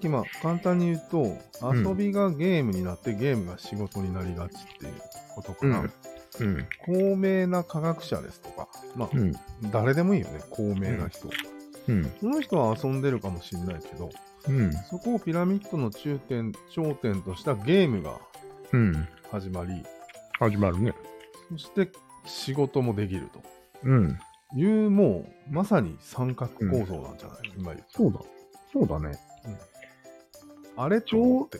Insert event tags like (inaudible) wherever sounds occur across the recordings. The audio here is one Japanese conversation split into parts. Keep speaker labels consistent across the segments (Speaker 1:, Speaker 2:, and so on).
Speaker 1: きまあ簡単に言うと
Speaker 2: ん
Speaker 1: 遊びがゲームになってゲームが仕事になりがちっていうことかな、
Speaker 2: うんうん。
Speaker 1: 高名な科学者ですとかまあ、
Speaker 2: うん。
Speaker 1: 誰でもいいよね高名な人、
Speaker 2: うん。
Speaker 1: その人は遊んでるかもしれないけど
Speaker 2: うん。
Speaker 1: そこをピラミッドの中点頂点としたゲームが
Speaker 2: うん。
Speaker 1: 始まり
Speaker 2: 始まるね。
Speaker 1: そして仕事もできる
Speaker 2: うん。
Speaker 1: というもうまさに三角構造なんじゃない、今言う
Speaker 2: そうだ。そうだね。
Speaker 1: あれと思って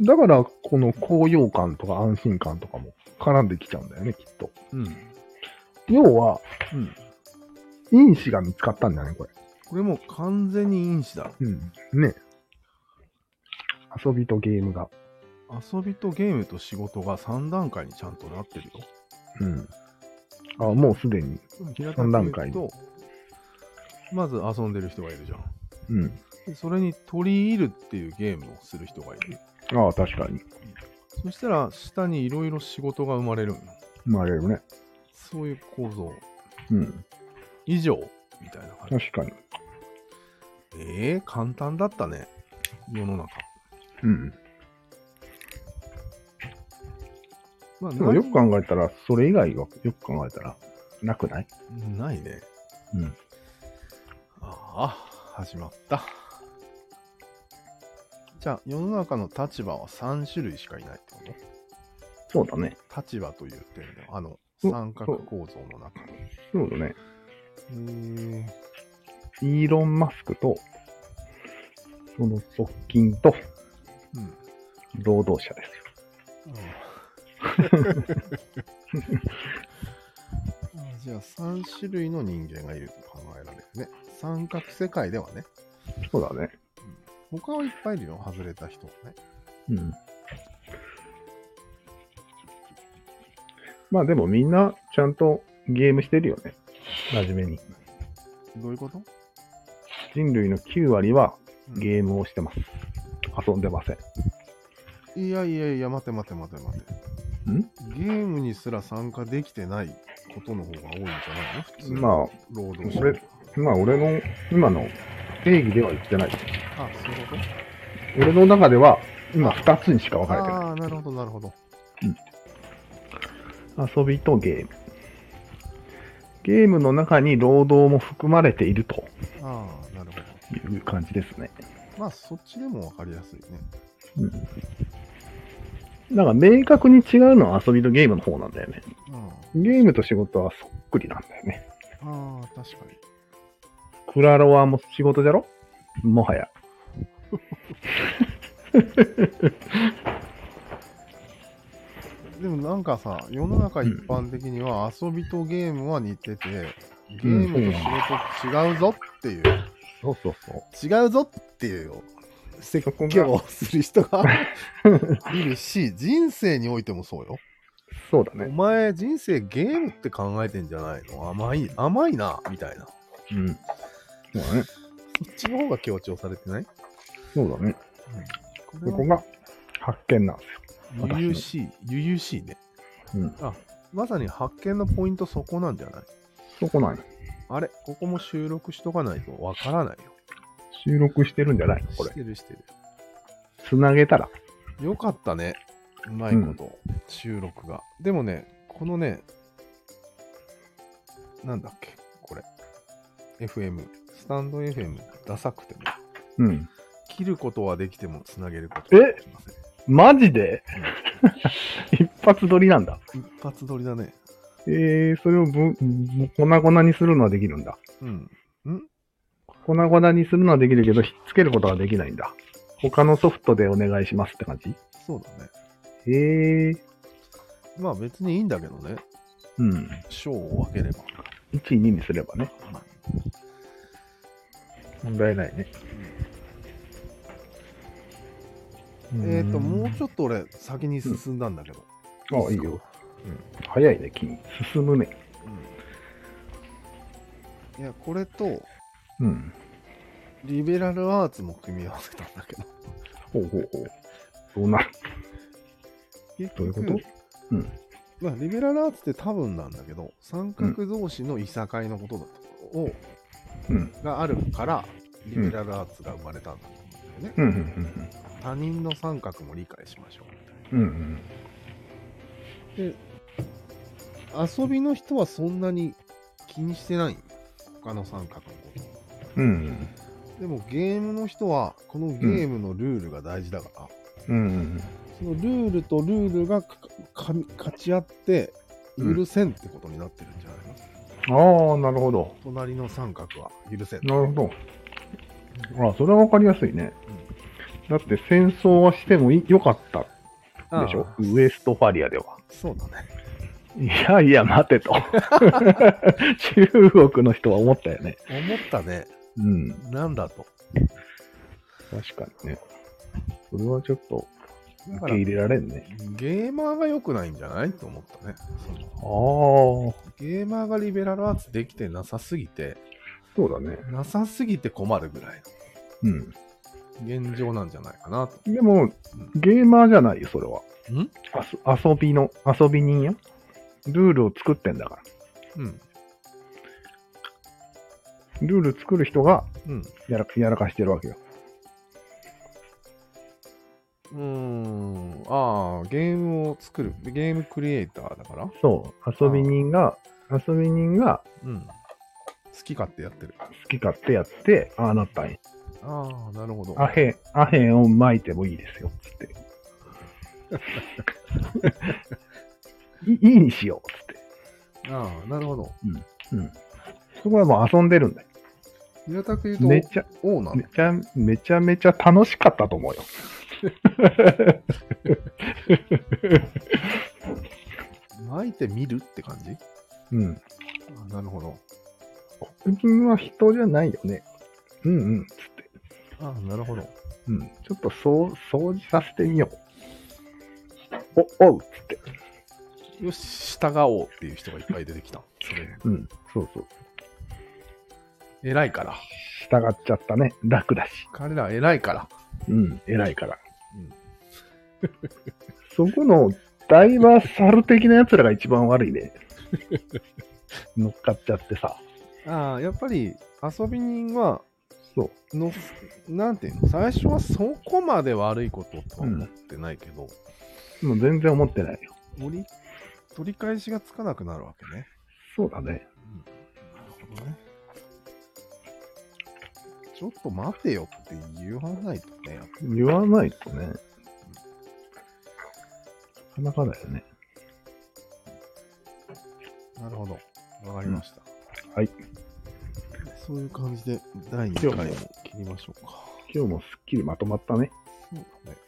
Speaker 2: だから、この高揚感とか安心感とかも絡んできちゃうんだよね、きっと。
Speaker 1: うん、うん、
Speaker 2: 要は、因子が見つかったんだね、これ。
Speaker 1: これもう完全に因子だ
Speaker 2: うん。ね。遊びとゲームが。
Speaker 1: 遊びとゲームと仕事が3段階にちゃんとなってるよ。
Speaker 2: うん。あ、もうすでに。
Speaker 1: 平
Speaker 2: 三段階
Speaker 1: く言うと、まず遊んでる人がいるじゃん。
Speaker 2: うん。
Speaker 1: でそれに取り入るっていうゲームをする人がいる。
Speaker 2: ああ、確かに。
Speaker 1: そしたら下にいろいろ仕事が生まれるんよ
Speaker 2: 生まれるね。
Speaker 1: そういう構造。
Speaker 2: うん。
Speaker 1: 以上みたいな感じ。
Speaker 2: 確かに。
Speaker 1: えー、簡単だったね。世の中。
Speaker 2: うん。
Speaker 1: まあ、
Speaker 2: でもよく考えたら、それ以外はよく考えたら、なくない
Speaker 1: ないね。
Speaker 2: うん。
Speaker 1: ああ、始まった。じゃあ、世の中の立場は3種類しかいないってこと
Speaker 2: そうだね。
Speaker 1: 立場という点ではあの
Speaker 2: うん
Speaker 1: 三角構造の中に。
Speaker 2: そうだね。
Speaker 1: えー
Speaker 2: イーロン・マスクと、その側近と、
Speaker 1: うん
Speaker 2: 労働者ですよ。
Speaker 1: あ (laughs) じゃあ3種類の人間がいると考えられるね。三角世界ではね。
Speaker 2: そうだね。
Speaker 1: 他はいっぱいいるよ、外れた人もね。
Speaker 2: うん。まあでもみんな、ちゃんとゲームしてるよね。真面目に。
Speaker 1: どういうこと
Speaker 2: 人類の9割はゲームをしてます。遊んでません。
Speaker 1: いやいやいや、待て待て待て待て。
Speaker 2: ん
Speaker 1: ゲームにすら参加できてないことの方が多いんじゃないの普通の
Speaker 2: まあ
Speaker 1: 労働者。
Speaker 2: これまあ俺の今の定義では言ってな
Speaker 1: あ、
Speaker 2: い。
Speaker 1: そういうこと
Speaker 2: 俺の中では今2つにしか分かれてない。
Speaker 1: ああー、なるほど、なるほど。
Speaker 2: 遊びとゲーム。ゲームの中に労働も含まれていると
Speaker 1: ああ、なるほど。
Speaker 2: いう感じですね。
Speaker 1: まあそっちでも分かりやすいね。
Speaker 2: だから明確に違うのは遊びとゲームの方なんだよね。
Speaker 1: うん、
Speaker 2: ゲームと仕事はそっくりなんだよね。
Speaker 1: ああ、確かに。
Speaker 2: クラロワも仕事じゃろもはや。
Speaker 1: でもなんかさ、世の中一般的には遊びとゲームは似てて、ゲームと仕事違うぞっていう、
Speaker 2: そうそうそう。
Speaker 1: 違うぞっていう説教をする人がいるし、人生においてもそうよ。
Speaker 2: そうだ
Speaker 1: お
Speaker 2: ね。
Speaker 1: 前人生ゲームって考えてんじゃないの甘い、甘いな、みたいな。
Speaker 2: うん。そうだね。
Speaker 1: そっちの方が強調されてない
Speaker 2: そうだね。
Speaker 1: こ
Speaker 2: そこが発見なんです
Speaker 1: れは、ゆゆしい、ゆゆしいね。
Speaker 2: よ。うん。
Speaker 1: まさに発見のポイントそこなんじゃない
Speaker 2: そこなんよ
Speaker 1: あれ、ここも収録しとかないとわからないよ。
Speaker 2: 収録してるんじゃないこ
Speaker 1: し
Speaker 2: れ。
Speaker 1: てるしてる。
Speaker 2: つなげたら。
Speaker 1: よかったね。うまいこと、収録が。でもね、このね、なんだっけ、これ。FM、スタンド FM、ダサくても、
Speaker 2: うん。
Speaker 1: 切ることはできてもつなげることはできません。
Speaker 2: マジで (laughs) 一発撮りなんだ。
Speaker 1: 一発撮りだね。
Speaker 2: えー、それをぶ、ぶ粉々にするのはできるんだ。
Speaker 1: うん。
Speaker 2: 粉々にするのはできるけど、ひっつけることはできないんだ。他のソフトでお願いしますって感じ
Speaker 1: そうだね。
Speaker 2: えー、
Speaker 1: まあ別にいいんだけどね、
Speaker 2: うん。
Speaker 1: 章を分ければ。
Speaker 2: 1、2にすればね。問題ないね。
Speaker 1: えっ、ー、と、もう
Speaker 2: ょ
Speaker 1: ちょっと俺、先に進んだんだけど。
Speaker 2: っと。あ、いいよ。早いね、君。進むね。
Speaker 1: うんいや、これと、
Speaker 2: うん。
Speaker 1: リベラルアーツも組み合わせたんだけど。
Speaker 2: ほうほうほう。どうなる
Speaker 1: 結
Speaker 2: どういう
Speaker 1: 局
Speaker 2: ことうん。
Speaker 1: まあ、リベラルアーツって多分なんだけど、三角同士のいさかいのことだと、を
Speaker 2: うん。
Speaker 1: があるから、リベラルアーツが生まれたんだと思うんだよね。ね。
Speaker 2: うんうん
Speaker 1: 他人の三角も理解しましょう。
Speaker 2: うんうんうん
Speaker 1: 遊びの人はそんなに気にしてない他の三角のこと。
Speaker 2: うん
Speaker 1: でもゲームの人はこのゲームのルールが大事だから、
Speaker 2: うんうん
Speaker 1: そのルールとルールがかかみ勝ち合って
Speaker 2: うん
Speaker 1: 許せんってことになってるんじゃないの、
Speaker 2: ああなるほど
Speaker 1: 隣の三角は許せん。
Speaker 2: なるほどあそれは分かりやすいねだって戦争はしてもい良かったでしょ
Speaker 1: ああ
Speaker 2: ウエストファリアでは
Speaker 1: そうだね。
Speaker 2: いやいや待てと中国の人は思ったよね
Speaker 1: 思ったね。
Speaker 2: うん
Speaker 1: なんだと。
Speaker 2: 確かにねそれはちょっと
Speaker 1: だ
Speaker 2: 受
Speaker 1: か
Speaker 2: け
Speaker 1: ら
Speaker 2: 入れられんね
Speaker 1: ゲーマーが良くないんじゃないと思ったね。その
Speaker 2: ああそ
Speaker 1: ゲーマーがリベラルアーツできてなさすぎて、
Speaker 2: うだね
Speaker 1: なさすぎて困るぐらい
Speaker 2: うん
Speaker 1: の現状なんじゃないかなと。
Speaker 2: でも
Speaker 1: う、
Speaker 2: ゲーマーじゃないよ、それは。
Speaker 1: ん
Speaker 2: あそ遊びの、遊び人よ。ルールを作ってんだから。
Speaker 1: うん。
Speaker 2: ルール作る人が
Speaker 1: うん。
Speaker 2: やらやらかしてるわけよ。
Speaker 1: うーん。ああ、ゲームを作る。ゲームクリエイターだから。
Speaker 2: そう。遊び人が、遊び人が
Speaker 1: うん。好き勝手やってる。
Speaker 2: 好き勝手やって、ああなったんや。
Speaker 1: ああ、なるほど。
Speaker 2: アヘン、アヘンを撒いてもいいですよ、つって。いいいにしよう、つって。
Speaker 1: ああ、なるほど。
Speaker 2: そこはもう遊んでるんだよ。
Speaker 1: 平たく言うと、
Speaker 2: めちゃ、
Speaker 1: 王なの
Speaker 2: め。ちゃ、めちゃめちゃ楽しかったと思 (laughs) うよ。
Speaker 1: 巻いてみるって感じ
Speaker 2: うん。
Speaker 1: ああなるほど。
Speaker 2: 黒人は人じゃないよね。うんうん、つって。
Speaker 1: ああ、なるほど。
Speaker 2: うん。ちょっとそう、掃除させてみよう。お、おう、つって。
Speaker 1: よし、従おうっていう人がいっぱい出てきた。それ。
Speaker 2: うん。そうそう。
Speaker 1: (laughs) 偉いから。
Speaker 2: 従っちゃったね。楽だし。
Speaker 1: 彼ら偉いから。
Speaker 2: うん。偉いから。
Speaker 1: うん
Speaker 2: そこの、ダイバーサル的な奴らが一番悪いね。乗っかっちゃってさ。
Speaker 1: ああ、やっぱり遊び人は、
Speaker 2: そう。
Speaker 1: のすなんていうの最初はそこまで悪いこととは思ってないけど、
Speaker 2: もう全然思ってないよ。
Speaker 1: 取り取り返しがつかなくなるわけね。
Speaker 2: そうだね。
Speaker 1: なるほどね。ちょっと待てよって言わないとね。やっぱ
Speaker 2: 言わないとね。なかなかだよね。
Speaker 1: なるほど。わかりました、
Speaker 2: んはい。
Speaker 1: そういう感じで第2回も切りましょうか。
Speaker 2: 今日もすっきりまとまったね。
Speaker 1: そうだね。